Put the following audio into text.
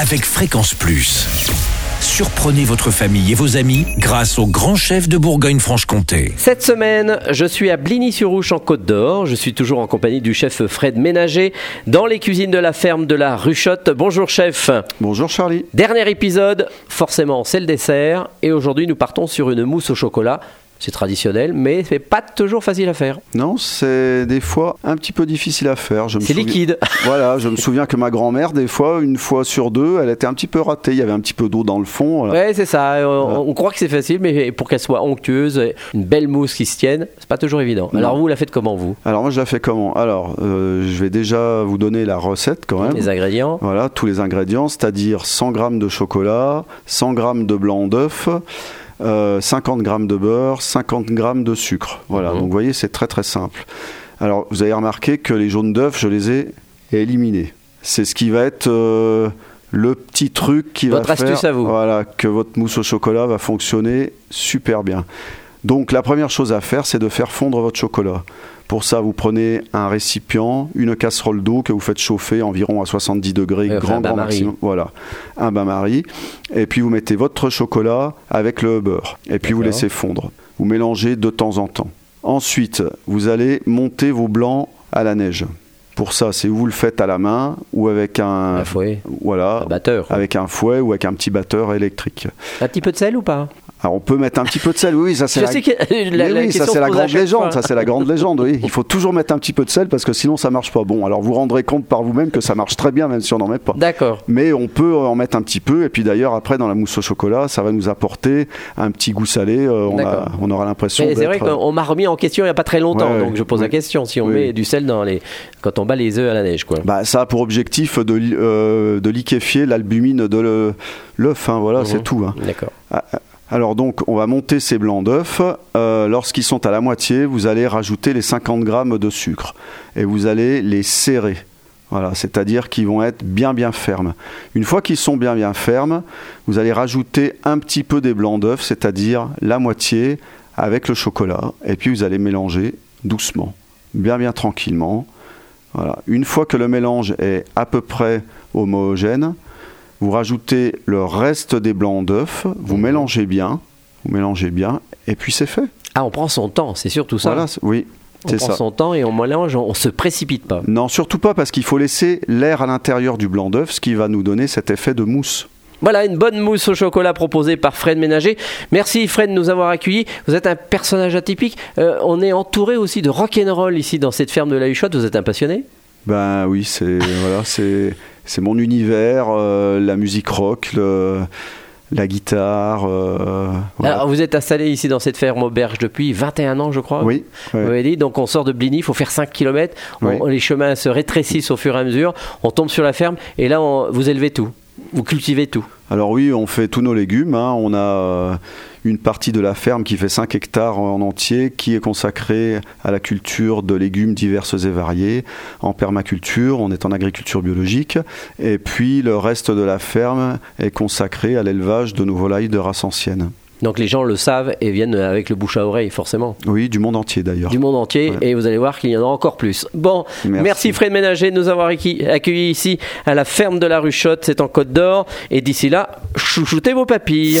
avec Fréquence Plus. Surprenez votre famille et vos amis grâce au grand chef de Bourgogne-Franche-Comté. Cette semaine, je suis à Bligny-sur-Ouche en Côte d'Or. Je suis toujours en compagnie du chef Fred Ménager dans les cuisines de la ferme de la Ruchotte. Bonjour chef. Bonjour Charlie. Dernier épisode, forcément, c'est le dessert. Et aujourd'hui, nous partons sur une mousse au chocolat. C'est traditionnel, mais c'est pas toujours facile à faire. Non, c'est des fois un petit peu difficile à faire. Je me C'est souviens- liquide. Voilà, je me souviens que ma grand-mère, des fois, une fois sur deux, elle était un petit peu ratée. Il y avait un petit peu d'eau dans le fond. voilà. Ouais, c'est ça. Euh, On, on croit que c'est facile, mais pour qu'elle soit onctueuse, et une belle mousse qui se tienne, c'est pas toujours évident. Alors vous la faites comment vous Alors moi, je la fais comment Alors, euh, je vais déjà vous donner la recette quand même. Les ingrédients Voilà, tous les ingrédients, c'est-à-dire 100 g de chocolat, 100 g de blanc d'œuf, euh, 50 g de beurre, 50 g de sucre. Voilà, Mhm. donc vous voyez, c'est très très simple. Alors, vous avez remarqué que les jaunes d'œuf, je les ai éliminés. C'est ce qui va être euh, le petit truc qui Votre va faire astuce à vous. Voilà, que votre mousse au chocolat va fonctionner super bien. Donc la première chose à faire, c'est de faire fondre votre chocolat. Pour ça, vous prenez un récipient, une casserole d'eau que vous faites chauffer environ à 70 degrés, Ouais, enfin, un grand, grand bain-marie. maximum. Voilà, un bain-marie. Et puis vous mettez votre chocolat avec le beurre. Et puis vous D'accord. laissez fondre. Vous mélangez de temps en temps. Ensuite, vous allez monter vos blancs à la neige. Pour ça, c'est où vous le faites à la main ou avec un, Un fouet, voilà, un batteur. avec un fouet ou avec un petit batteur électrique. Un petit peu de sel ou pas Alors on peut mettre un petit peu de sel, oui, oui, ça c'est Je la- sais que la, Mais la oui, ça question c'est se la pose à grande chaque légende, fois. ça c'est la grande légende. Oui, il faut toujours mettre un petit peu de sel parce que sinon ça marche pas bon. Alors vous rendrez compte par vous-même que ça marche très bien même si on n'en met pas. D'accord. Mais on peut en mettre un petit peu et puis d'ailleurs après dans la mousse au chocolat, ça va nous apporter un petit goût salé. euh, on, a- D'accord. on aura l'impression. Mais c'est vrai d'être, euh, qu'on m'a remis en question il n'y a pas très longtemps, Ouais, donc ouais. je pose la Oui. question si on Oui. met du sel dans les quand on bat les œufs à la neige, quoi. Bah, ça a pour objectif de, li- euh, de liquéfier l'albumine de le- l'œuf. hein, voilà, Mhm. c'est tout. hein. D'accord. Alors donc, on va monter ces blancs d'œufs. Euh, Lorsqu'ils sont à la moitié, vous allez rajouter les 50 grammes de sucre et vous allez les serrer. Voilà, c'est-à-dire qu'ils vont être bien bien fermes. Une fois qu'ils sont bien bien fermes, vous allez rajouter un petit peu des blancs d'œufs, c'est-à-dire la moitié avec le chocolat, et puis vous allez mélanger doucement, bien bien tranquillement. Voilà. Une fois que le mélange est à peu près homogène, vous rajoutez le reste des blancs d'œufs, vous Mhm. mélangez bien, vous mélangez bien, et puis c'est fait. Ah, on prend son temps, c'est surtout ça. Voilà, c'est- oui, on c'est prend ça. son temps et on mélange, on, on se précipite pas. Non, surtout pas parce qu'il faut laisser l'air à l'intérieur du blanc d'œuf, ce qui va nous donner cet effet de mousse. Voilà une bonne mousse au chocolat proposée par Fred Ménager. Merci Fred de nous avoir accueillis. Vous êtes un personnage atypique. Euh, on est entouré aussi de rock'n'roll ici dans cette ferme de la Huchotte. Vous êtes un passionné Ben oui, c'est voilà, c'est c'est mon univers, euh, la musique rock, le- la guitare. euh, voilà. Alors, vous êtes installé ici dans cette ferme auberge depuis 21 ans, je crois. oui. ouais. Vous m'avez dit, donc on sort de Bligny, il faut faire 5 km, Oui. les chemins se rétrécissent au fur et à mesure, on tombe sur la ferme et là on- vous élevez tout, vous cultivez tout. Alors oui, on fait tous nos légumes. hein. On a euh, une partie de la ferme qui fait 5 hectares en entier, qui est consacrée à la culture de légumes diverses et variés, en permaculture, on est en agriculture biologique. Et puis le reste de la ferme est consacré à l'élevage de nos volailles de race ancienne. Donc les gens le savent et viennent avec le bouche à oreille forcément. Oui, du monde entier d'ailleurs. Du monde entier, Ah. Ouais. et vous allez voir qu'il y en a encore plus. Bon, merci, Merci. Fred Ménager de nous avoir acquis- accueillis ici à la ferme de la Ruchotte, c'est en Côte d'Or. Et d'ici là, chouchoutez vos papilles.